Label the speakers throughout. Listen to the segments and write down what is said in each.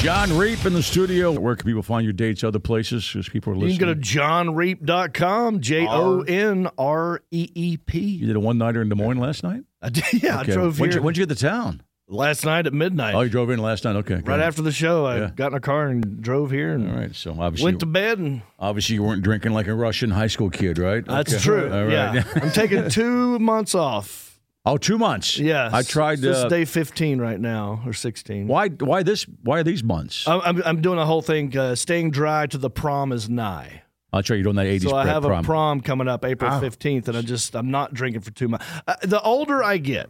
Speaker 1: John Reap in the studio. Where can people find your dates? Other places? Because people are
Speaker 2: You can
Speaker 1: listening.
Speaker 2: go to johnreep.com, J O N R E E
Speaker 1: You
Speaker 2: P.
Speaker 1: did a one nighter in Des Moines last night.
Speaker 2: I did- Yeah,
Speaker 1: Okay.
Speaker 2: I drove
Speaker 1: when'd
Speaker 2: here
Speaker 1: You, when'd you get to town?
Speaker 2: last night at midnight.
Speaker 1: Oh, you drove in last night. Okay,
Speaker 2: right
Speaker 1: good.
Speaker 2: after the show, I
Speaker 1: Yeah.
Speaker 2: got in a car and drove here
Speaker 1: All
Speaker 2: and
Speaker 1: right. So obviously,
Speaker 2: went to bed. And
Speaker 1: obviously you weren't drinking like a Russian high school kid, right?
Speaker 2: that's
Speaker 1: Okay.
Speaker 2: true.
Speaker 1: All right.
Speaker 2: Yeah, I'm taking two months off.
Speaker 1: oh, two months.
Speaker 2: Yes,
Speaker 1: I tried.
Speaker 2: This
Speaker 1: Uh,
Speaker 2: is day 15 right now or 16.
Speaker 1: why? Why this? Why are these months?
Speaker 2: I'm, I'm, I'm doing a whole thing. Uh, staying dry to the prom is nigh.
Speaker 1: I'll try you doing that '80s
Speaker 2: So I
Speaker 1: prep
Speaker 2: have
Speaker 1: prom. Ah.
Speaker 2: a prom coming up April fifteenth, and I just I'm not drinking for two months. Uh, the older I get,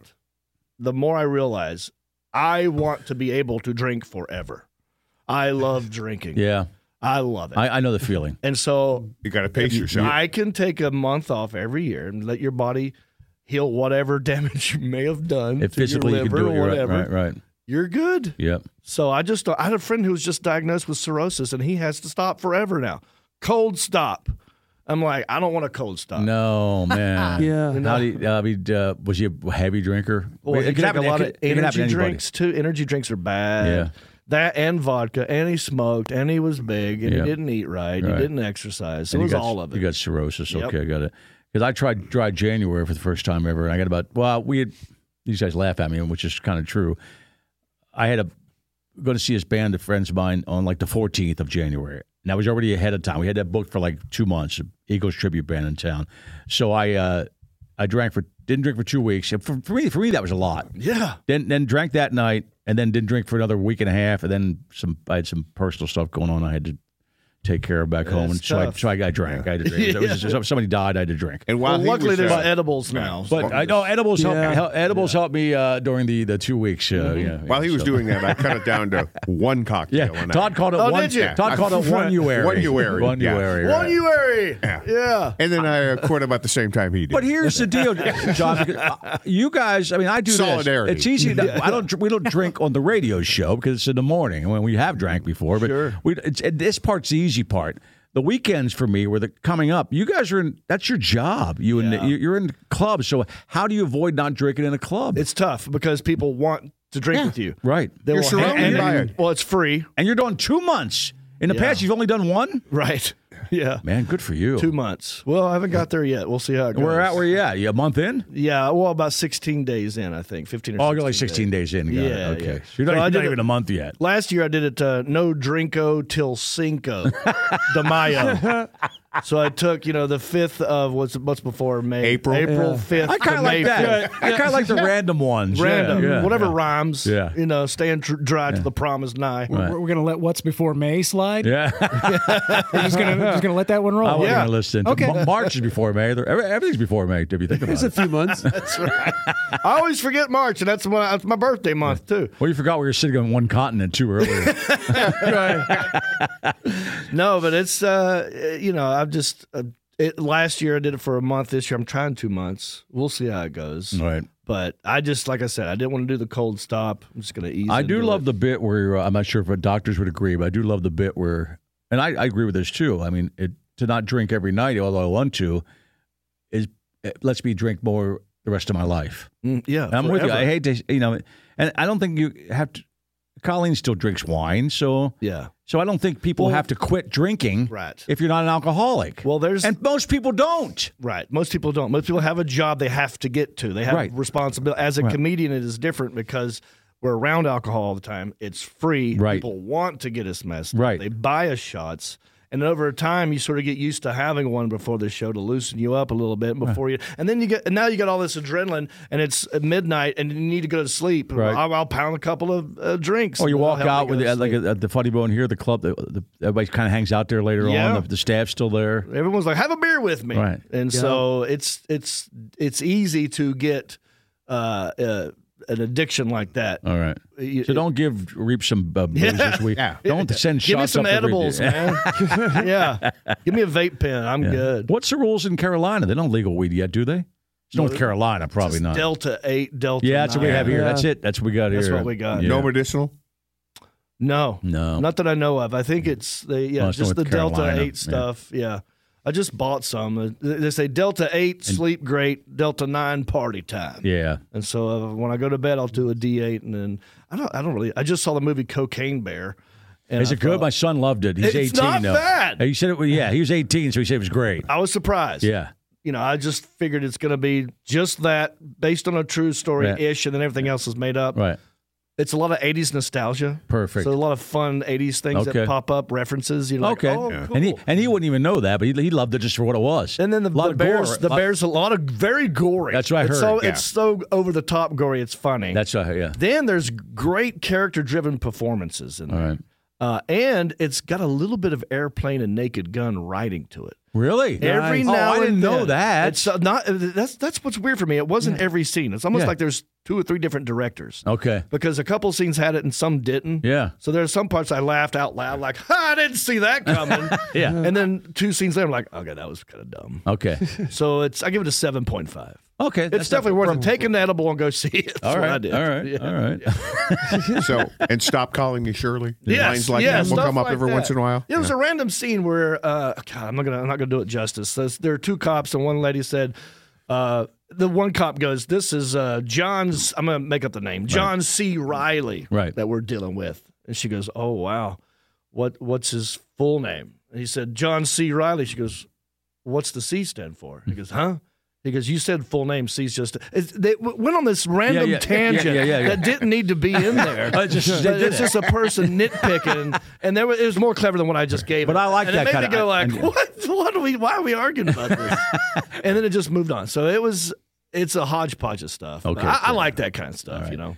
Speaker 2: the more I realize I want to be able to drink forever. I love drinking.
Speaker 1: Yeah,
Speaker 2: I love it.
Speaker 1: I, I know the feeling.
Speaker 2: and so
Speaker 3: You got to pace yourself.
Speaker 2: I can take a month off every year and let your body heal whatever damage you may have done
Speaker 1: If
Speaker 2: to your
Speaker 1: physically you can
Speaker 2: liver
Speaker 1: do it,
Speaker 2: or
Speaker 1: you're right,
Speaker 2: whatever.
Speaker 1: right, right.
Speaker 2: You're good.
Speaker 1: Yep.
Speaker 2: So I just I had a friend who was just diagnosed with cirrhosis and he has to stop forever now. Cold stop. I'm like, I don't want a cold stop.
Speaker 1: No man. yeah.
Speaker 2: You know?
Speaker 1: How do you, I mean, uh, was he a heavy drinker?
Speaker 2: Well,
Speaker 1: It
Speaker 2: he
Speaker 1: could
Speaker 2: drank
Speaker 1: happen-
Speaker 2: a lot
Speaker 1: it
Speaker 2: of
Speaker 1: could- it could happen to
Speaker 2: energy
Speaker 1: anybody.
Speaker 2: drinks too. Energy drinks are bad.
Speaker 1: Yeah.
Speaker 2: That and vodka, and he smoked, and he was big, and
Speaker 1: Yeah.
Speaker 2: he didn't eat right,
Speaker 1: Right.
Speaker 2: he didn't exercise. So
Speaker 1: And
Speaker 2: it
Speaker 1: you
Speaker 2: was
Speaker 1: got-
Speaker 2: all of
Speaker 1: You
Speaker 2: it.
Speaker 1: got cirrhosis.
Speaker 2: Yep.
Speaker 1: Okay, I got it. Because I tried dry January for the first time ever, and I got about well, we had these guys laugh at me, which is kind of true. I had a going to see this band of friends of mine on like the 14th of January, and I was already ahead of time. We had that booked for like two months. Eagles tribute band in town, so I uh, I drank for didn't drink for two weeks. And For, for me, for me that was a lot.
Speaker 2: yeah.
Speaker 1: Then then drank that night, and then didn't drink for another week and a half, and then some. I had some personal stuff going on. I had to take care of back home, and
Speaker 2: That's
Speaker 1: so I,
Speaker 2: tough.
Speaker 1: so I got drank. I had to drink. It was just- somebody died. I had to drink.
Speaker 3: and while
Speaker 2: Well,
Speaker 3: he
Speaker 2: luckily
Speaker 3: was,
Speaker 2: there's
Speaker 3: uh,
Speaker 2: edibles now.
Speaker 1: But I know edibles helped. Help, edibles helped me uh, during the the two weeks. Uh,
Speaker 2: Mm-hmm.
Speaker 1: yeah,
Speaker 3: while he
Speaker 1: yeah,
Speaker 3: was
Speaker 1: so-
Speaker 3: doing that, I cut it down to one
Speaker 1: Yeah,
Speaker 3: cocktail. and I-
Speaker 1: Todd called it
Speaker 2: Oh,
Speaker 1: one.
Speaker 2: did you?
Speaker 1: Todd called it one uary.
Speaker 3: One uary,
Speaker 1: One
Speaker 3: yeah.
Speaker 1: uary. right.
Speaker 2: One January. Yeah.
Speaker 3: and then I uh, quit about the same time he did.
Speaker 1: But here's the deal, John. because, uh, You guys, I mean, I do this.
Speaker 3: Solidarity.
Speaker 1: It's easy. To, I don't. We don't drink on the radio show because it's in the morning when we have drank before. But
Speaker 2: Sure.
Speaker 1: we, it's, and this part's the easy part. The weekends for me were the coming up. You guys are in. That's your job. You and you- you're in clubs. So how do you avoid not drinking in a club?
Speaker 2: It's tough because people want to drink with you.
Speaker 1: right.
Speaker 2: They
Speaker 3: You're
Speaker 2: will hand-
Speaker 3: surrounded
Speaker 2: and-
Speaker 3: by
Speaker 2: and-
Speaker 3: it.
Speaker 2: Well, it's free.
Speaker 1: And you're doing two months. In the
Speaker 2: Yeah.
Speaker 1: past, you've only done one.
Speaker 2: Right. Yeah.
Speaker 1: Man, good for you.
Speaker 2: Two months. Well, I haven't got there yet. We'll see how it goes.
Speaker 1: We're at where you at? You a month in?
Speaker 2: Yeah, well, about 16 days in, I think. 15 or
Speaker 1: Oh,
Speaker 2: 16.
Speaker 1: you're like 16 days in. Got it.
Speaker 2: Yeah,
Speaker 1: Okay.
Speaker 2: yeah.
Speaker 1: So you're not,
Speaker 2: So I
Speaker 1: you're
Speaker 2: did
Speaker 1: not
Speaker 2: it-
Speaker 1: even a month yet.
Speaker 2: Last year I did it uh, no drinko till cinco de Mayo. so I took, you know, the 5th of what's what's before May.
Speaker 3: April.
Speaker 2: April 5th.
Speaker 1: I kind
Speaker 2: to
Speaker 1: of like
Speaker 2: May
Speaker 1: that.
Speaker 2: 5th.
Speaker 1: I kind of like the random ones. Yeah,
Speaker 2: Random.
Speaker 1: yeah,
Speaker 2: Whatever
Speaker 1: yeah.
Speaker 2: rhymes.
Speaker 1: Yeah.
Speaker 2: You know, staying tr- dry to the prom is nigh.
Speaker 1: Right.
Speaker 4: We're, we're going to let what's before May slide.
Speaker 1: Yeah,
Speaker 4: We're just going to just gonna let that one roll.
Speaker 1: I wasn't
Speaker 2: Yeah.
Speaker 1: gonna listen. To
Speaker 4: Okay.
Speaker 1: Ma- March is before May. They're- every- Everything's before May. If you think about
Speaker 5: It's a
Speaker 1: it.
Speaker 5: few months.
Speaker 2: I always forget March, and that's, when I, that's my birthday month, too.
Speaker 1: Well, you forgot we were sitting on one continent too earlier.
Speaker 2: No, but it's, uh, you know, I've just, uh, it, last year I did it for a month. This year I'm trying two months. We'll see how it goes.
Speaker 1: right.
Speaker 2: But I just, like I said, I didn't want to do the cold stop. I'm just going to ease.
Speaker 1: I do
Speaker 2: into
Speaker 1: love
Speaker 2: it.
Speaker 1: the bit where uh, I'm not sure if doctors would agree, but I do love the bit where, and I, I agree with this too. I mean, it, to not drink every night, although I want to, is it lets me drink more the rest of my life.
Speaker 2: Mm, yeah,
Speaker 1: I'm with you.
Speaker 2: forever.
Speaker 1: I hate to, you know, and I don't think you have to. Colleen still drinks wine, so
Speaker 2: Yeah,
Speaker 1: so I don't think people
Speaker 2: Well-
Speaker 1: have to quit drinking
Speaker 2: right.
Speaker 1: if you're not an alcoholic.
Speaker 2: Well, there's
Speaker 1: and most people don't.
Speaker 2: right. Most people don't. Most people have a job they have to get to. They have
Speaker 1: Right.
Speaker 2: responsibility. As a comedian, it is different because we're around alcohol all the time. It's free.
Speaker 1: Right.
Speaker 2: People want to get us messed. up.
Speaker 1: Right.
Speaker 2: They buy us shots. And over time, you sort of get used to having one before the show to loosen you up a little bit before you, and then you get, and now you got all this adrenaline, and it's at midnight, and you need to go to sleep.
Speaker 1: Right.
Speaker 2: I'll, I'll pound a couple of uh, drinks.
Speaker 1: Or you
Speaker 2: That'll
Speaker 1: walk
Speaker 2: help me
Speaker 1: out
Speaker 2: go
Speaker 1: with
Speaker 2: to
Speaker 1: the, uh, like
Speaker 2: sleep.
Speaker 1: at at the funny bone here, the club. The, the, everybody kind of hangs out there later
Speaker 2: Yeah.
Speaker 1: on. The, the staff's still there.
Speaker 2: everyone's like have a beer with me
Speaker 1: Right.
Speaker 2: and so it's it's it's easy to get uh, uh an addiction like that.
Speaker 1: All right.
Speaker 2: You-
Speaker 1: So don't give Reap some uh, booze this week.
Speaker 3: Yeah.
Speaker 1: Don't send
Speaker 2: Give me
Speaker 1: shots up
Speaker 2: some
Speaker 1: the Reap.
Speaker 2: edibles, man. yeah. Give me a vape pen. I'm good.
Speaker 1: What's the rules in Carolina? They don't legal weed yet, do they? It's North Carolina, probably not.
Speaker 2: Delta 8, Delta
Speaker 1: yeah, that's what we
Speaker 2: 9.
Speaker 1: have here.
Speaker 4: Yeah.
Speaker 1: That's it. That's what we got
Speaker 2: That's
Speaker 1: here.
Speaker 2: what we got.
Speaker 1: Yeah.
Speaker 3: No medicinal.
Speaker 2: No.
Speaker 1: No.
Speaker 2: Not that I know of. I think it's the yeah,
Speaker 1: Well, it's
Speaker 2: just
Speaker 1: North
Speaker 2: the Delta
Speaker 1: Carolina, yeah.
Speaker 2: Eight stuff. Yeah. I just bought some. Uh, They say Delta Eight sleep great, Delta Nine party time.
Speaker 1: yeah.
Speaker 2: And so uh, when I go to bed, I'll do a D eight, and then I don't. I don't really. I just saw the movie Cocaine Bear. And
Speaker 1: Is
Speaker 2: I
Speaker 1: it good?
Speaker 2: thought-
Speaker 1: My son loved it. He's
Speaker 2: It's
Speaker 1: 18
Speaker 2: not
Speaker 1: now.
Speaker 2: bad.
Speaker 1: He said it was, yeah, he was 18, so he said it was great.
Speaker 2: I was surprised.
Speaker 1: Yeah.
Speaker 2: You know, I just figured it's going to be just that, based on a true story ish, and then everything else is made up.
Speaker 1: Right.
Speaker 2: It's a lot of '80s nostalgia.
Speaker 1: Perfect.
Speaker 2: So a lot of fun '80s things
Speaker 1: Okay.
Speaker 2: that pop up, references. You know, like,
Speaker 1: Okay.
Speaker 2: oh, cool.
Speaker 1: And he and he wouldn't even know that, but he, he loved it just for what it was.
Speaker 2: And then
Speaker 1: A
Speaker 2: the,
Speaker 1: lot
Speaker 2: the
Speaker 1: of gore. Uh,
Speaker 2: bears, the
Speaker 1: Lot-
Speaker 2: bears, a lot of very gory.
Speaker 1: That's what I
Speaker 2: it's
Speaker 1: heard,
Speaker 2: So
Speaker 3: yeah.
Speaker 2: it's so over the top gory, it's funny.
Speaker 1: That's right. Yeah.
Speaker 2: then there's great character driven performances in
Speaker 1: All
Speaker 2: there,
Speaker 1: right.
Speaker 2: uh, and it's got a little bit of airplane and Naked Gun writing to it.
Speaker 1: Really?
Speaker 2: Every
Speaker 1: Nice.
Speaker 2: now
Speaker 1: oh, I didn't
Speaker 2: and
Speaker 1: know
Speaker 2: then.
Speaker 1: that.
Speaker 2: It's uh, not that's that's what's weird for me. It wasn't every scene. It's almost
Speaker 1: Yeah.
Speaker 2: like there's two or three different directors
Speaker 1: okay.
Speaker 2: because a couple scenes had it and some didn't.
Speaker 1: Yeah.
Speaker 2: So there's some parts I laughed out loud, like ha, I didn't see that coming.
Speaker 1: Yeah.
Speaker 2: And then two scenes later, I'm like, okay, that was kind of dumb.
Speaker 1: Okay.
Speaker 2: So it's I give it a seven point five.
Speaker 1: Okay.
Speaker 2: It's definitely worth it. Take an edible and go see it. That's
Speaker 1: all
Speaker 2: what
Speaker 1: right.
Speaker 2: I did.
Speaker 1: All right.
Speaker 2: Yeah.
Speaker 1: All right.
Speaker 3: So and stop calling me Shirley.
Speaker 2: Yes,
Speaker 3: Lines like
Speaker 2: yeah,
Speaker 3: that will
Speaker 2: stuff
Speaker 3: come up
Speaker 2: like
Speaker 3: every
Speaker 2: that.
Speaker 3: once in a while.
Speaker 2: There was a random scene where uh, God, I'm not gonna I'm not gonna do it justice. There's, there are two cops and one lady said, uh, the one cop goes, "This is uh, John's." I'm gonna make up the name, John C. Riley,
Speaker 1: Right.
Speaker 2: That we're dealing with. And she goes, "Oh wow, what what's his full name?" And he said, "John C. Riley." She goes, "What's the C stand for?" He goes, "Huh." He goes, you said full name. C's just it's, they w- went on this random
Speaker 1: yeah, yeah,
Speaker 2: tangent
Speaker 1: yeah, yeah, yeah.
Speaker 2: that didn't need to be in there.
Speaker 1: But just- they
Speaker 2: But
Speaker 1: did
Speaker 2: it's
Speaker 1: it.
Speaker 2: just a person nitpicking, and there was, it was more clever than what I just gave.
Speaker 1: But
Speaker 2: it.
Speaker 1: I like
Speaker 2: and
Speaker 1: that
Speaker 2: It made
Speaker 1: kinda-
Speaker 2: me go
Speaker 1: I-
Speaker 2: like,
Speaker 1: I-
Speaker 2: "What? What are we? Why are we arguing about this?" and then it just moved on. So it was, it's a hodgepodge of stuff. But
Speaker 1: Okay,
Speaker 2: I, I
Speaker 1: cool.
Speaker 2: like that kind of stuff. You know,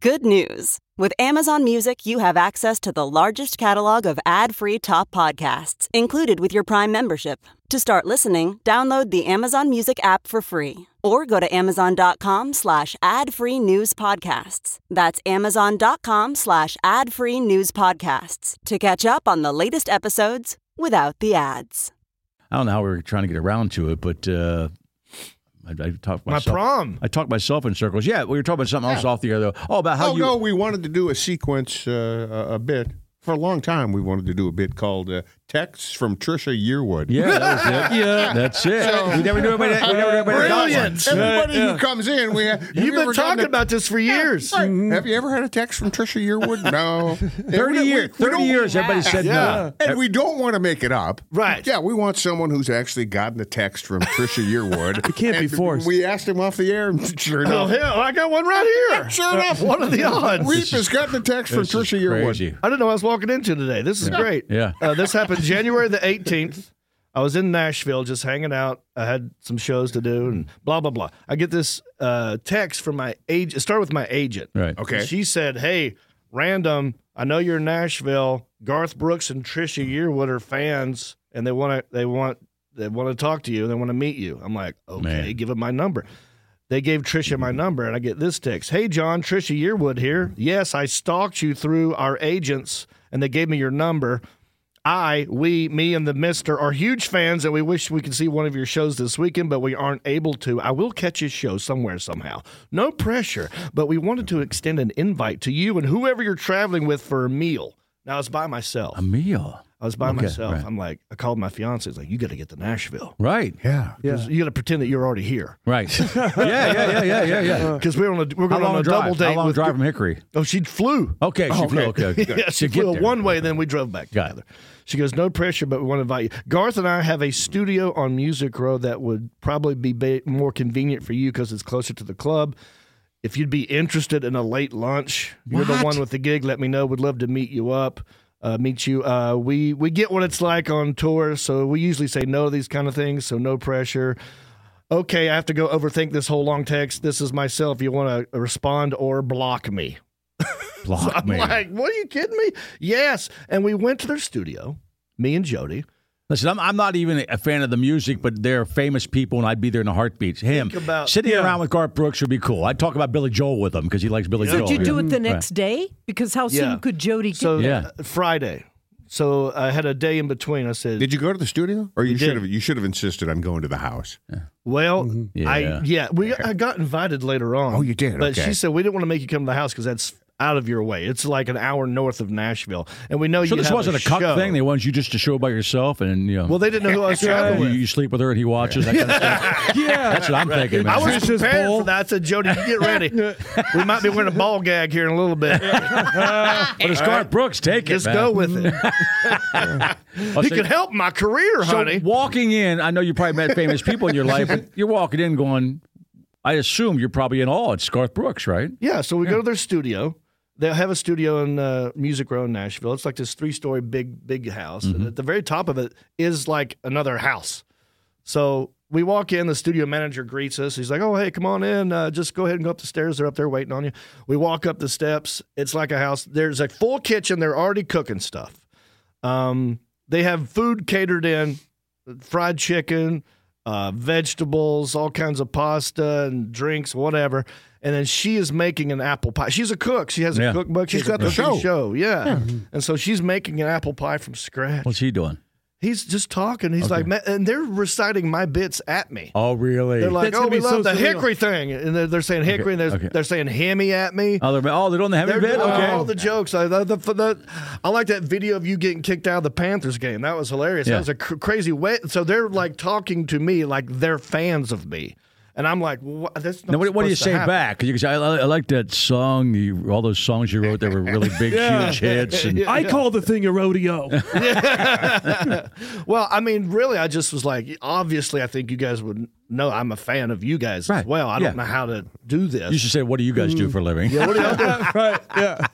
Speaker 6: Good news! With Amazon Music, you have access to the largest catalog of ad free top podcasts included with your Prime membership. To start listening, download the Amazon Music app for free or go to amazon.com slash ad free news podcasts. That's amazon.com slash ad free news podcasts to catch up on the latest episodes without the ads.
Speaker 1: I don't know how we were trying to get around to it, but uh, I, I talked
Speaker 2: my
Speaker 1: myself.
Speaker 2: prom.
Speaker 1: I talked myself in circles. Yeah, we were talking about something else off the air though. Oh, about how
Speaker 3: oh
Speaker 1: you.
Speaker 3: no, we wanted to do a sequence, uh, a- a bit for a long time. We wanted to do a bit called uh, "Texts from Trisha Yearwood."
Speaker 1: Yeah, that was it. yeah, that's it. we never do it. We never do it.
Speaker 2: Brilliant.
Speaker 3: Everybody who comes in, we have, have you
Speaker 2: You've
Speaker 3: ever
Speaker 2: been
Speaker 3: gotten
Speaker 2: talking
Speaker 3: a-
Speaker 2: about this for years.
Speaker 3: Right. Have you ever had a text from Trisha Yearwood? No.
Speaker 1: Thirty years. Thirty
Speaker 3: don't-
Speaker 1: years. Everybody said
Speaker 3: Yeah.
Speaker 1: no.
Speaker 3: And we don't want to make it up.
Speaker 2: Right.
Speaker 3: Yeah, we want someone who's actually gotten a text from Trisha Yearwood. it
Speaker 4: can't be forced.
Speaker 3: We asked him off the air, and sure
Speaker 2: Oh
Speaker 3: enough.
Speaker 2: hell, I got one right here.
Speaker 3: Sure enough.
Speaker 2: What are the odds?
Speaker 3: Reap has gotten a text from
Speaker 1: This is
Speaker 3: Trisha Yearwood.
Speaker 1: crazy.
Speaker 2: I didn't know what I was walking into today. This is great.
Speaker 1: Yeah.
Speaker 2: Uh, this happened January the 18th. I was in Nashville just hanging out. I had some shows to do and blah, blah, blah. I get this uh, text from my agent. It started with my agent.
Speaker 1: Right.
Speaker 3: Okay.
Speaker 2: And she said, Hey, random, I know you're in Nashville. Garth Brooks and Trisha Yearwood are fans and they want to, they want, they want to talk to you. and They want to meet you. I'm like, okay,
Speaker 1: Man.
Speaker 2: give them my number. They gave Trisha my number, and I get this text. Hey, John, Trisha Yearwood here. Yes, I stalked you through our agents, and they gave me your number. I, we, me, and the mister are huge fans, and we wish we could see one of your shows this weekend, but we aren't able to. I will catch his show somewhere, somehow. No pressure, but we wanted to extend an invite to you and whoever you're traveling with for a meal. Now, it's by myself.
Speaker 1: A meal.
Speaker 2: I was by
Speaker 1: Okay,
Speaker 2: myself.
Speaker 1: right.
Speaker 2: I'm like, I called my fiance. It's like, you got to get to Nashville.
Speaker 1: Right.
Speaker 3: Yeah.
Speaker 2: 'Cause You got to pretend that you're already here.
Speaker 1: Right. yeah. Yeah. Yeah. Yeah. Yeah. Yeah.
Speaker 2: Because we're on a we're
Speaker 1: How
Speaker 2: going
Speaker 1: long
Speaker 2: on a
Speaker 1: drive?
Speaker 2: double date.
Speaker 1: How long
Speaker 2: with,
Speaker 1: drive from Hickory?
Speaker 2: Oh, she flew.
Speaker 1: Okay. She flew. Okay.
Speaker 2: yeah,
Speaker 1: To
Speaker 2: she
Speaker 1: get
Speaker 2: flew
Speaker 1: there.
Speaker 2: one way, then we drove back
Speaker 1: Got it.
Speaker 2: together. She goes, no pressure, but we want to invite you. Garth and I have a studio on Music Row that would probably be ba- more convenient for you because it's closer to the club. If you'd be interested in a late lunch, you're the
Speaker 1: What?
Speaker 2: one with the gig. Let me know. Would love to meet you up. uh, meet you. Uh, we we get what it's like on tour, so we usually say no to these kind of things. So no pressure. Okay, I have to go overthink this whole long text. This is myself. You want to respond or block me?
Speaker 1: Block
Speaker 2: I'm
Speaker 1: me.
Speaker 2: like, what are you kidding me? Yes. And we went to their studio, me and Jody.
Speaker 1: Listen, I'm, I'm not even a fan of the music, but they're famous people, and I'd be there in a heartbeat. Him
Speaker 2: Think about-
Speaker 1: sitting around with Garth Brooks would be cool. I'd talk about Billy Joel with him because he likes Billy Joel.
Speaker 7: Did you do
Speaker 1: Yeah.
Speaker 7: it the next day? Because how soon
Speaker 2: Yeah.
Speaker 7: could Jody get
Speaker 2: So
Speaker 7: there?
Speaker 1: Yeah.
Speaker 2: uh, Friday. So I had a day in between. I said,
Speaker 3: Did you go to the studio, or you
Speaker 2: did.
Speaker 3: should have? You should have insisted on going to the house.
Speaker 2: Well,
Speaker 1: Yeah.
Speaker 2: I yeah, we I got invited later on.
Speaker 3: Mm-hmm. Oh, you did?
Speaker 2: But
Speaker 3: Okay.
Speaker 2: she said we didn't want to make you come to the house because that's out of your way. It's like an hour north of Nashville, and we know
Speaker 1: So
Speaker 2: you.
Speaker 1: this
Speaker 2: have
Speaker 1: wasn't a cuck
Speaker 2: show.
Speaker 1: thing. They wanted you just to show by yourself, and you know,
Speaker 2: well, they didn't know who I was traveling
Speaker 1: you,
Speaker 2: with.
Speaker 1: you sleep with her and he watches. That kind of stuff.
Speaker 4: Yeah.
Speaker 1: That's what I'm thinking, man.
Speaker 2: I was
Speaker 4: Princess
Speaker 2: prepared
Speaker 4: Bowl.
Speaker 2: for that. I said, Jody, you get ready. we might be wearing a ball gag here in a little bit.
Speaker 1: but it's Garth Brooks. Take
Speaker 2: Just
Speaker 1: it. man.
Speaker 2: go with it.
Speaker 1: I'll
Speaker 2: He
Speaker 1: say-
Speaker 2: could help my career,
Speaker 1: So
Speaker 2: honey.
Speaker 1: walking in, I know you probably met famous people in your life, but you're walking in going, I assume you're probably in awe. It's Garth Brooks, right?
Speaker 2: Yeah, so we go to their studio. They have a studio in uh, Music Row in Nashville. It's like this three-story big, big house, and at the very top of it is like another house. So we walk in. The studio manager greets us. He's like, "Oh, hey, come on in. Uh, just go ahead and go up the stairs. They're up there waiting on you." We walk up the steps. It's like a house. There's a full kitchen. They're already cooking stuff. Um, they have food catered in, fried chicken, uh, vegetables, all kinds of pasta and drinks, whatever. And then she is making an apple pie. She's a cook. She has a
Speaker 1: Yeah.
Speaker 2: cookbook. She's got the show. show. Yeah. And so she's making an apple pie from scratch.
Speaker 1: What's he doing?
Speaker 2: He's just talking. He's like, "Man," and they're reciting my bits at me.
Speaker 1: Oh, really?
Speaker 2: They're like,
Speaker 4: That's
Speaker 2: oh,
Speaker 4: gonna
Speaker 2: we
Speaker 4: be so
Speaker 2: love the
Speaker 4: surreal.
Speaker 2: hickory thing. And they're, they're saying hickory, and they're,
Speaker 1: okay.
Speaker 2: they're saying hammy at me.
Speaker 1: oh, they're, oh, they're doing the heavy
Speaker 2: They're
Speaker 1: bit?
Speaker 2: doing
Speaker 1: Okay.
Speaker 2: all the jokes. I, the, the, the- I like that video of you getting kicked out of the Panthers game. That was hilarious.
Speaker 1: Yeah.
Speaker 2: That was a cr- crazy way. So they're like talking to me like they're fans of me. And I'm like, what? That's not
Speaker 1: Now, what, what do you
Speaker 2: supposed to
Speaker 1: say
Speaker 2: happen.
Speaker 1: back? 'Cause You can say, I, I like that song. You, all those songs you wrote that were really big,
Speaker 4: Yeah.
Speaker 1: huge hits. And
Speaker 4: I call the thing a rodeo.
Speaker 2: Well, I mean, really, I just was like, obviously, I think you guys would know I'm a fan of you guys
Speaker 1: Right.
Speaker 2: as well. I
Speaker 1: Yeah.
Speaker 2: don't know how to do this.
Speaker 1: you should say, What do you guys
Speaker 2: Mm.
Speaker 1: do for a living? Yeah,
Speaker 4: right. Yeah.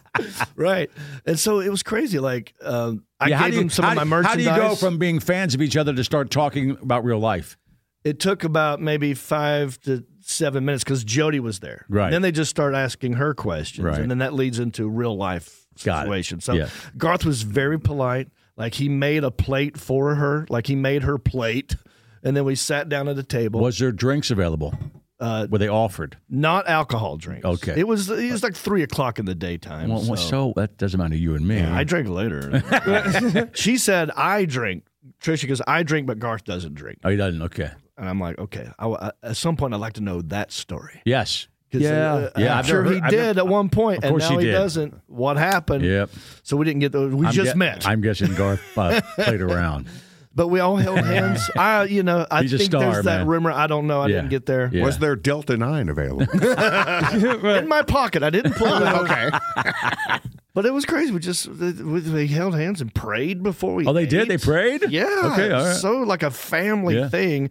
Speaker 2: right. And so it was crazy. Like, um, I
Speaker 1: how
Speaker 2: gave
Speaker 1: do you-
Speaker 2: them some
Speaker 1: how
Speaker 2: of my
Speaker 1: do-
Speaker 2: merchandise.
Speaker 1: How do you go from being fans of each other to start talking about real life?
Speaker 2: it took about maybe five to seven minutes because Jody was there.
Speaker 1: Right.
Speaker 2: Then they just start asking her questions,
Speaker 1: Right.
Speaker 2: and then that leads into real life
Speaker 1: Got it.
Speaker 2: situations. So
Speaker 1: Yeah.
Speaker 2: Garth was very polite. Like he made a plate for her. Like he made her plate, and then we sat down at a table.
Speaker 1: Was there drinks available?
Speaker 2: Uh,
Speaker 1: were they offered?
Speaker 2: not alcohol drinks.
Speaker 1: Okay.
Speaker 2: It was it was like three o'clock in the daytime.
Speaker 1: Well, well, so
Speaker 2: so-
Speaker 1: that doesn't matter to you and me.
Speaker 2: I drank later. she said I drink. Trisha goes, I drink, but Garth doesn't drink.
Speaker 1: oh, you doesn't? Okay.
Speaker 2: And I'm like, okay. I, I- at some point, I'd like to know that story.
Speaker 1: Yes.
Speaker 2: 'Cause,
Speaker 4: Yeah.
Speaker 2: uh,
Speaker 1: Yeah,
Speaker 2: I'm
Speaker 1: I've
Speaker 2: sure
Speaker 1: never
Speaker 2: he
Speaker 1: heard- I've
Speaker 2: did at one point,
Speaker 1: Of
Speaker 2: and
Speaker 1: course
Speaker 2: now
Speaker 1: he
Speaker 2: he,
Speaker 1: did.
Speaker 2: doesn't. What happened?
Speaker 1: Yep.
Speaker 2: So we didn't get those. We
Speaker 1: I'm
Speaker 2: just
Speaker 1: gue-
Speaker 2: met,
Speaker 1: I'm guessing Garth uh, played around.
Speaker 2: but we all held hands. I, you know, I
Speaker 1: He's a
Speaker 2: think
Speaker 1: star,
Speaker 2: there's that
Speaker 1: man.
Speaker 2: rumor. I don't know. I
Speaker 1: Yeah.
Speaker 2: didn't get there.
Speaker 1: Yeah.
Speaker 3: Was there Delta Nine available?
Speaker 2: In my pocket, I didn't pull it. okay. But it was crazy. We just we, we held hands and prayed before we.
Speaker 1: Oh, they
Speaker 2: ate.
Speaker 1: did. They prayed.
Speaker 2: Yeah.
Speaker 1: Okay. All right.
Speaker 2: So like a family
Speaker 1: Yeah.
Speaker 2: thing,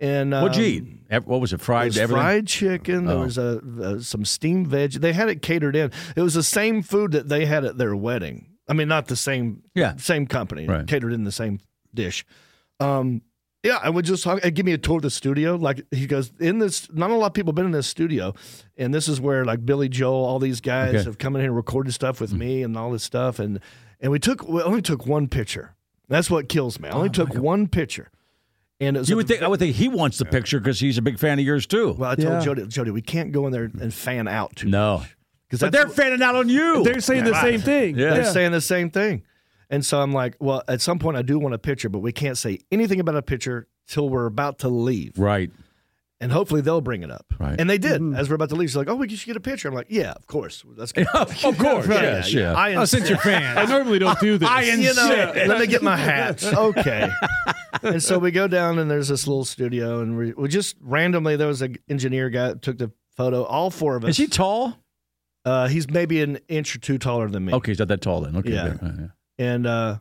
Speaker 2: and um,
Speaker 1: What'd you eat? Ev- What was it?
Speaker 2: It
Speaker 1: Fried
Speaker 2: was
Speaker 1: everything. Oh.
Speaker 2: fried chicken. There was a, a some steamed veg. They had it catered in. It was the same food that they had at their wedding. I mean, not the same.
Speaker 1: Yeah.
Speaker 2: same company
Speaker 1: Right.
Speaker 2: catered in the same dish. Um, yeah, I would just hung, uh, give me a tour of the studio. Like he goes in this. Not a lot of people been in this studio, and this is where like Billy Joel, all these guys
Speaker 1: Okay. Mm-hmm.
Speaker 2: have come in here and recorded stuff with me and all this stuff. And and we took we only took one picture. That's what kills me. I only took one picture, and it was
Speaker 1: Oh You
Speaker 2: at
Speaker 1: would
Speaker 2: the
Speaker 1: think. I would think he wants the picture because he's a big fan of yours too.
Speaker 2: well, I told
Speaker 4: Yeah.
Speaker 2: Jody, Jody, we can't go in there and fan out too.
Speaker 1: no.
Speaker 2: because
Speaker 1: But they're fanning out on you.
Speaker 4: They're saying the same thing.
Speaker 1: Yeah.
Speaker 2: they're saying the same thing. And so I'm like, well, at some point I do want a picture, but we can't say anything about a picture till we're about to leave,
Speaker 1: right.
Speaker 2: and hopefully they'll bring it up.
Speaker 1: Right.
Speaker 2: And they did as we're about to leave. She's like, oh, we should get a picture. I'm like, yeah, of course. Let's get.
Speaker 1: of course. yes, Oh, yeah.
Speaker 2: I
Speaker 4: Oh, since you're fans. I normally don't do this.
Speaker 1: I
Speaker 2: you know,
Speaker 1: insist.
Speaker 2: let me get my hats. Okay. and so we go down, and there's this little studio, and we, we just randomly there was an engineer guy that took the photo. All four of us.
Speaker 1: Is he tall?
Speaker 2: Uh, he's maybe an inch or two taller than me.
Speaker 1: Okay, he's not that tall then. Okay.
Speaker 2: Yeah.
Speaker 1: there. Uh,
Speaker 2: And uh,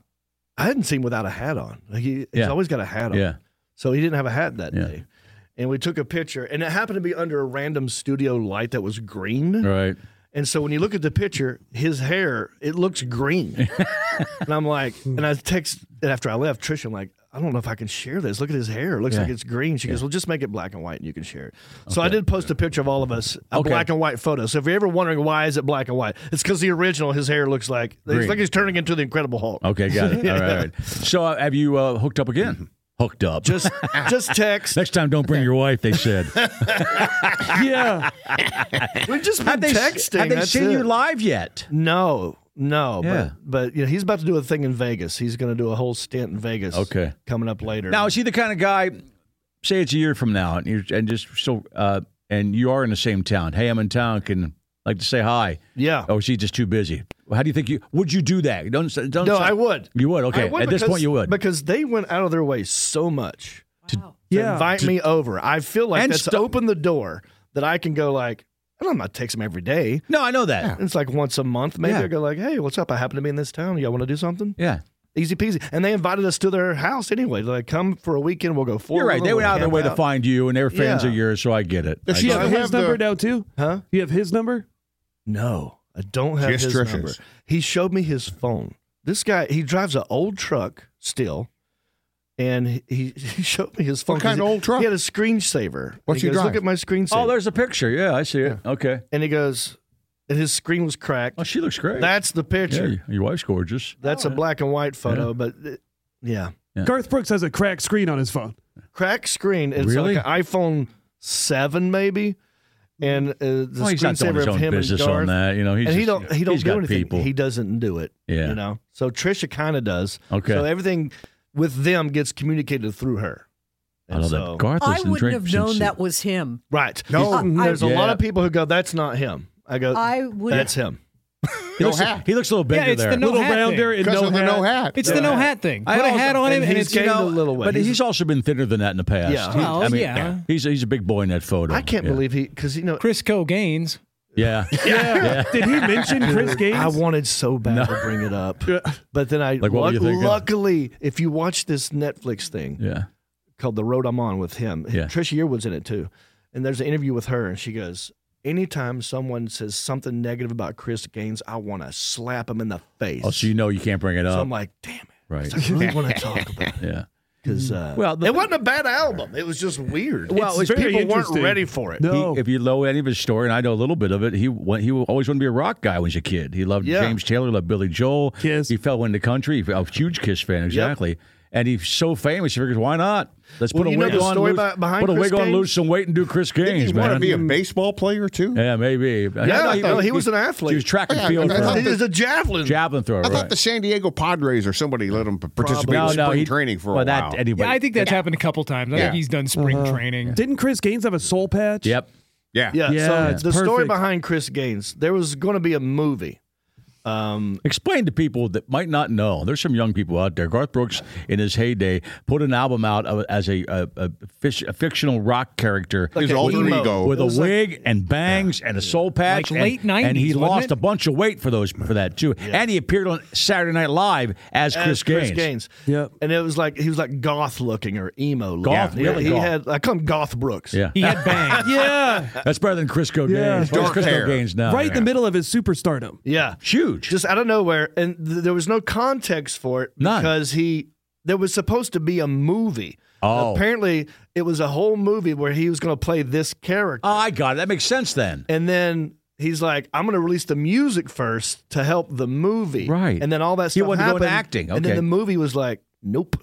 Speaker 2: I hadn't seen him without a hat on. Like, He, He's
Speaker 1: Yeah.
Speaker 2: always got a hat
Speaker 1: yeah.
Speaker 2: on.
Speaker 1: Yeah.
Speaker 2: So he didn't have a hat that
Speaker 1: Yeah.
Speaker 2: day. And we took a picture, and it happened to be under a random studio light that was green.
Speaker 1: Right.
Speaker 2: And so when you look at the picture, his hair it looks green, and I'm like, and I text and after I left Trisha, I'm like, I don't know if I can share this. Look at his hair; it looks
Speaker 1: Yeah.
Speaker 2: like it's green. She goes, well, just make it black and white, and you can share it. So I did post a picture of all of us, a
Speaker 1: Okay.
Speaker 2: black and white photo. So if you're ever wondering why is it black and white, it's because the original his hair looks like
Speaker 1: Green.
Speaker 2: it's like he's turning into the Incredible Hulk.
Speaker 1: Okay, got it. All right. all right. So uh, have you uh, hooked up again? Hooked up.
Speaker 2: Mm-hmm. Just just text.
Speaker 1: next time, don't bring your wife. They said.
Speaker 4: yeah.
Speaker 2: We've just been texting.
Speaker 1: Have they
Speaker 2: that's
Speaker 1: seen you
Speaker 2: it.
Speaker 1: live yet?
Speaker 2: No, no.
Speaker 1: Yeah.
Speaker 2: But, but you know, he's about to do a thing in Vegas. He's going to do a whole stint in Vegas.
Speaker 1: Okay.
Speaker 2: Coming up later.
Speaker 1: Now is he the kind of guy? Say it's a year from now, and you're and just so uh, and you are in the same town. Hey, I'm in town. Can like to say hi.
Speaker 2: yeah.
Speaker 1: Or is he just too busy? How do you think you would you do that? Don't s- don't.
Speaker 2: no,
Speaker 1: say-
Speaker 2: I would.
Speaker 1: You would okay.
Speaker 2: I would
Speaker 1: At this
Speaker 2: because-
Speaker 1: point, you would.
Speaker 2: because they went out of their way so much to
Speaker 4: Yeah.
Speaker 2: invite me over. I feel like
Speaker 1: And
Speaker 2: that's
Speaker 1: stu-
Speaker 2: opened the door that I can go like. And I'm not text them every day.
Speaker 1: no, I know that.
Speaker 2: It's like once a month, maybe
Speaker 1: Yeah.
Speaker 2: I go like, "Hey, what's up? I happen to be in this town. Y'all want to do something?
Speaker 1: yeah.
Speaker 2: Easy peasy." And they invited us to their house anyway. They're Like, come for a weekend. We'll go for.
Speaker 1: You're right. They went out of their way to find you, and they were fans
Speaker 2: Yeah.
Speaker 1: of yours, so I get it.
Speaker 3: Does
Speaker 1: I
Speaker 3: she
Speaker 4: Do you
Speaker 1: get
Speaker 3: I
Speaker 4: have his
Speaker 3: have the-
Speaker 4: number now too?
Speaker 2: Huh?
Speaker 4: You have his number?
Speaker 2: No, I don't have
Speaker 3: Just
Speaker 2: his
Speaker 3: Trisha's.
Speaker 2: number. He showed me his phone. This guy, he drives an old truck still, and he, he he showed me his phone.
Speaker 3: What kind
Speaker 2: 'cause
Speaker 3: of
Speaker 2: he-
Speaker 3: old truck?
Speaker 2: He had a screensaver.
Speaker 3: What's
Speaker 2: he
Speaker 3: he
Speaker 2: goes,
Speaker 3: drive?
Speaker 2: Look at my
Speaker 1: it. Oh,
Speaker 2: screensaver.
Speaker 1: there's a picture. Yeah, I see it. Okay.
Speaker 2: and he goes, and his screen was cracked.
Speaker 1: Oh, she looks great.
Speaker 2: That's the
Speaker 1: yeah,
Speaker 2: picture.
Speaker 1: your- your wife's gorgeous.
Speaker 2: That's a black and white photo, but it- yeah,
Speaker 1: Yeah.
Speaker 4: Garth Brooks has a cracked screen on his phone.
Speaker 2: cracked screen. It's
Speaker 1: Really?
Speaker 2: like an iPhone seven maybe, and uh, the
Speaker 1: Well, he's not doing
Speaker 2: screensaver
Speaker 1: his
Speaker 2: of
Speaker 1: own
Speaker 2: him
Speaker 1: business
Speaker 2: and Garth.
Speaker 1: on that. You know, he's
Speaker 2: and he
Speaker 1: just-
Speaker 2: don't he don't
Speaker 1: he's
Speaker 2: do
Speaker 1: got
Speaker 2: anything.
Speaker 1: people.
Speaker 2: He doesn't do it.
Speaker 1: Yeah.
Speaker 2: You know. So Trisha kind of does.
Speaker 1: Okay.
Speaker 2: So everything with them gets communicated through her.
Speaker 1: I love
Speaker 2: so-
Speaker 1: that. Garth
Speaker 7: I
Speaker 1: doesn't
Speaker 7: wouldn't
Speaker 1: drink
Speaker 7: have known
Speaker 1: since-
Speaker 7: that was him.
Speaker 2: Right.
Speaker 3: No.
Speaker 7: Uh, I-
Speaker 2: There's a lot
Speaker 1: Yeah.
Speaker 2: of people who go, "That's not him." I go,
Speaker 7: I would-
Speaker 2: That's him.
Speaker 1: He looks,
Speaker 3: hat.
Speaker 1: he looks a little bigger
Speaker 8: it's
Speaker 1: there.
Speaker 8: the no
Speaker 4: Little
Speaker 8: hat
Speaker 4: rounder
Speaker 8: thing.
Speaker 4: and
Speaker 3: Because
Speaker 4: no
Speaker 3: of the
Speaker 4: hat.
Speaker 3: no hat.
Speaker 8: It's the no hat thing.
Speaker 1: I
Speaker 8: Put a
Speaker 1: also-
Speaker 8: hat on him,
Speaker 2: and
Speaker 8: and
Speaker 2: he's
Speaker 8: it's you
Speaker 2: gained a
Speaker 8: know,
Speaker 2: little weight.
Speaker 1: But
Speaker 2: He's-
Speaker 1: he's also been thinner than that in the past.
Speaker 2: Yeah.
Speaker 1: He-
Speaker 7: Oh,
Speaker 8: Well,
Speaker 1: I mean,
Speaker 8: yeah.
Speaker 1: he's he's a big boy in that photo.
Speaker 2: I can't
Speaker 1: yeah.
Speaker 2: believe he because you know
Speaker 8: Chris Cogaines.
Speaker 1: Yeah. yeah.
Speaker 4: Did he mention Chris Gaines?
Speaker 2: I wanted so bad to bring it up, but then I
Speaker 1: Like, what were you thinking?
Speaker 2: luckily if you watch this Netflix thing
Speaker 1: Yeah.
Speaker 2: called The Road I'm On with him,
Speaker 1: Yeah.
Speaker 2: Trisha Yearwood's in it too, and there's an interview with her, and she goes. Anytime someone says something negative about Chris Gaines, I want to slap him in the face.
Speaker 1: Oh, so you know you can't bring it
Speaker 2: So
Speaker 1: up.
Speaker 2: I'm like, damn it.
Speaker 1: right.
Speaker 2: I really want to talk about it
Speaker 1: Yeah.
Speaker 2: because uh,
Speaker 1: Well, the-
Speaker 2: it wasn't a bad album. It was just weird.
Speaker 4: Well, It's it's very
Speaker 2: people weren't
Speaker 4: interesting.
Speaker 2: ready for it.
Speaker 4: no.
Speaker 1: He, if you know any of his story, and I know a little bit of it, he went, he always wanted to be a rock guy when he was a kid. He loved
Speaker 2: Yeah.
Speaker 1: James Taylor, loved Billy Joel.
Speaker 4: Kiss.
Speaker 1: He fell into country. He- A huge Kiss fan, exactly. And he's so famous, he figures, why not? Let's
Speaker 2: Well,
Speaker 1: put a
Speaker 2: you know
Speaker 1: wig
Speaker 2: the
Speaker 1: on,
Speaker 2: story
Speaker 1: lose,
Speaker 2: be- behind
Speaker 1: put a
Speaker 2: Chris
Speaker 1: wig on,
Speaker 2: Gaines?
Speaker 1: lose some weight, and do Chris Gaines,
Speaker 3: Didn't he
Speaker 1: man. Mm.
Speaker 3: want to be a baseball player too?
Speaker 1: yeah, maybe.
Speaker 2: Yeah, I thought he was an
Speaker 1: He
Speaker 2: athlete.
Speaker 1: was track and
Speaker 3: Yeah,
Speaker 1: field.
Speaker 3: I
Speaker 1: for-
Speaker 3: thought
Speaker 2: It is a javelin.
Speaker 1: javelin thrower.
Speaker 3: I
Speaker 1: right.
Speaker 3: thought the San Diego Padres or somebody let him p- participate
Speaker 1: no,
Speaker 3: in
Speaker 1: no,
Speaker 3: spring
Speaker 1: he-
Speaker 3: training for a
Speaker 1: well,
Speaker 3: while.
Speaker 1: That, anyway.
Speaker 8: Yeah, I think that's happened a couple times. I
Speaker 3: Yeah.
Speaker 8: think he's done spring training.
Speaker 4: Didn't Chris Gaines have a soul patch?
Speaker 1: Yep.
Speaker 3: yeah.
Speaker 2: yeah,
Speaker 4: Yeah,
Speaker 2: so
Speaker 4: it's
Speaker 2: the story
Speaker 4: perfect.
Speaker 2: behind Chris Gaines, there was going to be a movie. Um,
Speaker 1: Explain to people that might not know. There's some young people out there. Garth Brooks, in his heyday, put an album out of- as a a, a, fish, a fictional rock character
Speaker 3: His
Speaker 2: Okay,
Speaker 3: alter
Speaker 2: emo.
Speaker 3: ego.
Speaker 1: with a
Speaker 2: was like-
Speaker 1: wig and bangs and a soul patch.
Speaker 8: Like
Speaker 1: and-
Speaker 8: late
Speaker 1: and, he
Speaker 8: 90s, wasn't
Speaker 1: lost
Speaker 8: it?
Speaker 1: a bunch of weight for those for that too. And he appeared on Saturday Night Live as,
Speaker 2: as
Speaker 1: Chris Gaines.
Speaker 4: Yep.
Speaker 2: And it was like he was like goth looking or emo looking.
Speaker 1: Goth,
Speaker 2: Yeah,
Speaker 1: really
Speaker 2: He
Speaker 1: goth.
Speaker 2: had I call him Goth Brooks.
Speaker 1: Yeah,
Speaker 8: He had bangs.
Speaker 4: Yeah.
Speaker 1: that's better than Chris Gaines.
Speaker 4: Yeah.
Speaker 1: Where's
Speaker 3: Dark
Speaker 1: Chris
Speaker 3: hair.
Speaker 1: Gaines now.
Speaker 4: right in the middle of his superstardom.
Speaker 2: Yeah.
Speaker 1: Huge.
Speaker 2: Just out of nowhere and th- there was no context for it
Speaker 1: None.
Speaker 2: because he there was supposed to be a movie.
Speaker 1: Oh.
Speaker 2: Apparently it was a whole movie where he was going to play this character.
Speaker 1: oh, I got it. That makes sense then.
Speaker 2: And then he's like, I'm going to release the music first to help the movie.
Speaker 1: Right.
Speaker 2: And then all that
Speaker 1: He
Speaker 2: stuff
Speaker 1: wanted to go
Speaker 2: happened.
Speaker 1: into acting.
Speaker 2: And then
Speaker 1: Okay.
Speaker 2: the movie was like, nope.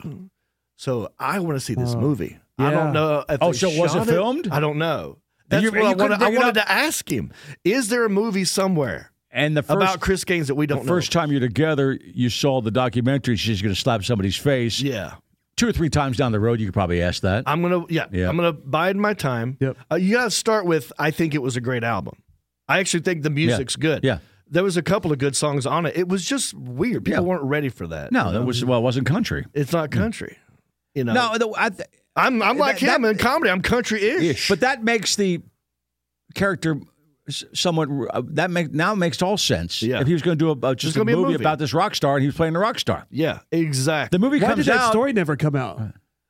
Speaker 2: So I want to see this movie. I
Speaker 4: yeah.
Speaker 2: don't know. If
Speaker 1: Oh,
Speaker 2: they
Speaker 1: so was it
Speaker 2: shot
Speaker 1: filmed?
Speaker 2: I don't know.
Speaker 1: And
Speaker 2: That's
Speaker 1: you-
Speaker 2: what
Speaker 1: and
Speaker 2: I
Speaker 1: you couldn't
Speaker 2: wanted, I
Speaker 1: dig it
Speaker 2: wanted
Speaker 1: up?
Speaker 2: to ask him. Is there a movie somewhere
Speaker 1: And the first
Speaker 2: about Chris Gaines that we
Speaker 1: the
Speaker 2: don't
Speaker 1: first time you're together, you saw the documentary. She's going to slap somebody's face.
Speaker 2: know? Yeah.
Speaker 1: Two or three times down the road, you could probably ask that.
Speaker 2: I'm gonna yeah,
Speaker 1: Yeah.
Speaker 2: I'm gonna bide my time.
Speaker 4: Yep.
Speaker 2: Uh, you gotta start with I think it was a great album. I actually think the music's good.
Speaker 1: Yeah.
Speaker 2: There was a couple of good songs on it. It was just weird. People weren't ready for that.
Speaker 1: no, that was well, it wasn't country.
Speaker 2: It's not country. You know.
Speaker 1: No, the, I, th-
Speaker 2: I'm I'm like
Speaker 1: that-
Speaker 2: him in comedy. I'm country ish.
Speaker 1: but that makes the character s- somewhat. Uh, that make now makes all sense.
Speaker 2: Yeah.
Speaker 1: If he was going to do a, uh, just
Speaker 2: There's
Speaker 1: a
Speaker 2: gonna
Speaker 1: movie,
Speaker 2: be a movie.
Speaker 1: about this rock star and he was playing the rock star,
Speaker 2: yeah, exactly.
Speaker 1: the movie
Speaker 4: Why
Speaker 1: comes
Speaker 4: did that
Speaker 1: out.
Speaker 4: story never come out?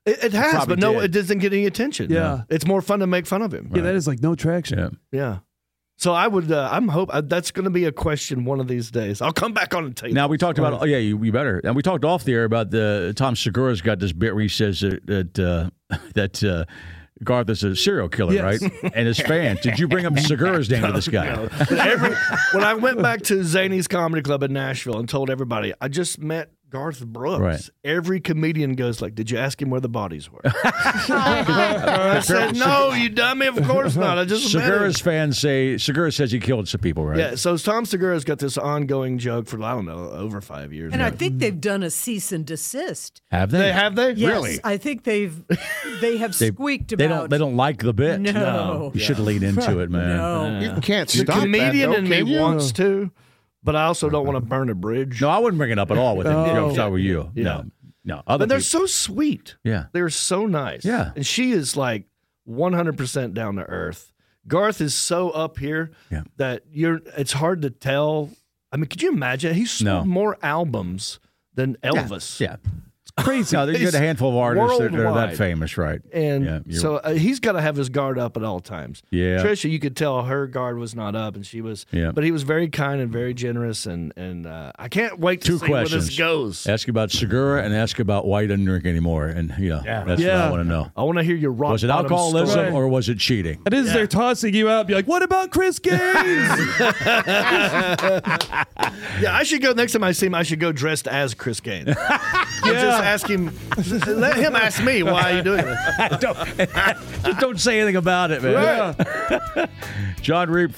Speaker 2: it, it has,
Speaker 1: probably
Speaker 2: but no,
Speaker 1: did.
Speaker 2: it doesn't get any attention.
Speaker 4: Yeah.
Speaker 2: It's more fun to make fun of him.
Speaker 4: Yeah, that is like no traction.
Speaker 1: Yeah.
Speaker 2: Yeah. So I would. Uh, I'm hope uh, that's going to be a question one of these days. I'll come back on and tell you.
Speaker 1: Now we talked about oh yeah you, you better and we talked off the air about the Tom Segura's got this bit where he says that that, uh, that uh, Garth is a serial killer
Speaker 2: Yes.
Speaker 1: right and his fan. Did you bring up Segura's name to this guy?
Speaker 2: Every, when I went back to Zany's Comedy Club in Nashville and told everybody I just met Garth Brooks,
Speaker 1: Right.
Speaker 2: every comedian goes like, "Did you ask him where the bodies were?" I said, "No, you dummy. Of course not. I just met him."
Speaker 1: Segura's fans say Segura says he killed some people right.
Speaker 2: Yeah, so Tom Segura's got this ongoing joke for I don't know over five years.
Speaker 7: And
Speaker 2: now.
Speaker 7: I think they've done a cease and desist.
Speaker 1: Have they?
Speaker 2: They have they
Speaker 7: Yes,
Speaker 2: really?
Speaker 7: I think they've they have
Speaker 1: They-
Speaker 7: squeaked
Speaker 1: They
Speaker 7: about.
Speaker 1: don't. They don't like the bit.
Speaker 7: No. No.
Speaker 1: You should lean into it, man.
Speaker 7: No.
Speaker 3: You can't
Speaker 2: The
Speaker 3: stop
Speaker 2: comedian
Speaker 3: that, though,
Speaker 2: in
Speaker 3: can
Speaker 2: me
Speaker 3: you?
Speaker 2: wants to, but I also don't want to burn a bridge.
Speaker 1: No, I wouldn't bring it up at all with him.
Speaker 4: Oh.
Speaker 1: If I were you,
Speaker 2: Yeah.
Speaker 1: no, no. Other
Speaker 2: but they're
Speaker 1: people-
Speaker 2: so sweet.
Speaker 1: yeah.
Speaker 2: They're so nice.
Speaker 1: Yeah.
Speaker 2: And she is like 100% down to earth. Garth is so up here
Speaker 1: Yeah.
Speaker 2: that you're it's hard to tell. I mean, could you imagine? He's sold
Speaker 1: No.
Speaker 2: more albums than Elvis.
Speaker 1: Yeah. It's crazy. No, there's a handful of artists that are that
Speaker 2: Worldwide.
Speaker 1: famous, right?
Speaker 2: And
Speaker 1: Yeah, you're-
Speaker 2: so uh, he's got to have his guard up at all times.
Speaker 1: Yeah.
Speaker 2: Trisha, you could tell her guard was not up, and she was.
Speaker 1: Yeah.
Speaker 2: But he was very kind and very generous, and and uh, I can't wait to
Speaker 1: Two
Speaker 2: see where
Speaker 1: questions.
Speaker 2: this goes.
Speaker 1: Ask about Segura and ask about why you didn't drink anymore. And yeah, that's what I
Speaker 4: Yeah.
Speaker 1: want to know.
Speaker 2: I want to hear your rock.
Speaker 1: Was it
Speaker 2: bottom
Speaker 1: alcoholism
Speaker 2: story.
Speaker 1: or was it cheating?
Speaker 4: That is, they're tossing you out. Be like, what about Chris Gaines?
Speaker 2: Yeah, I should go next time I see him. I should go dressed as Chris Gaines. yeah. Just ask him. Let him ask me why are you doing this.
Speaker 1: Just don't say anything about it, man. John Reap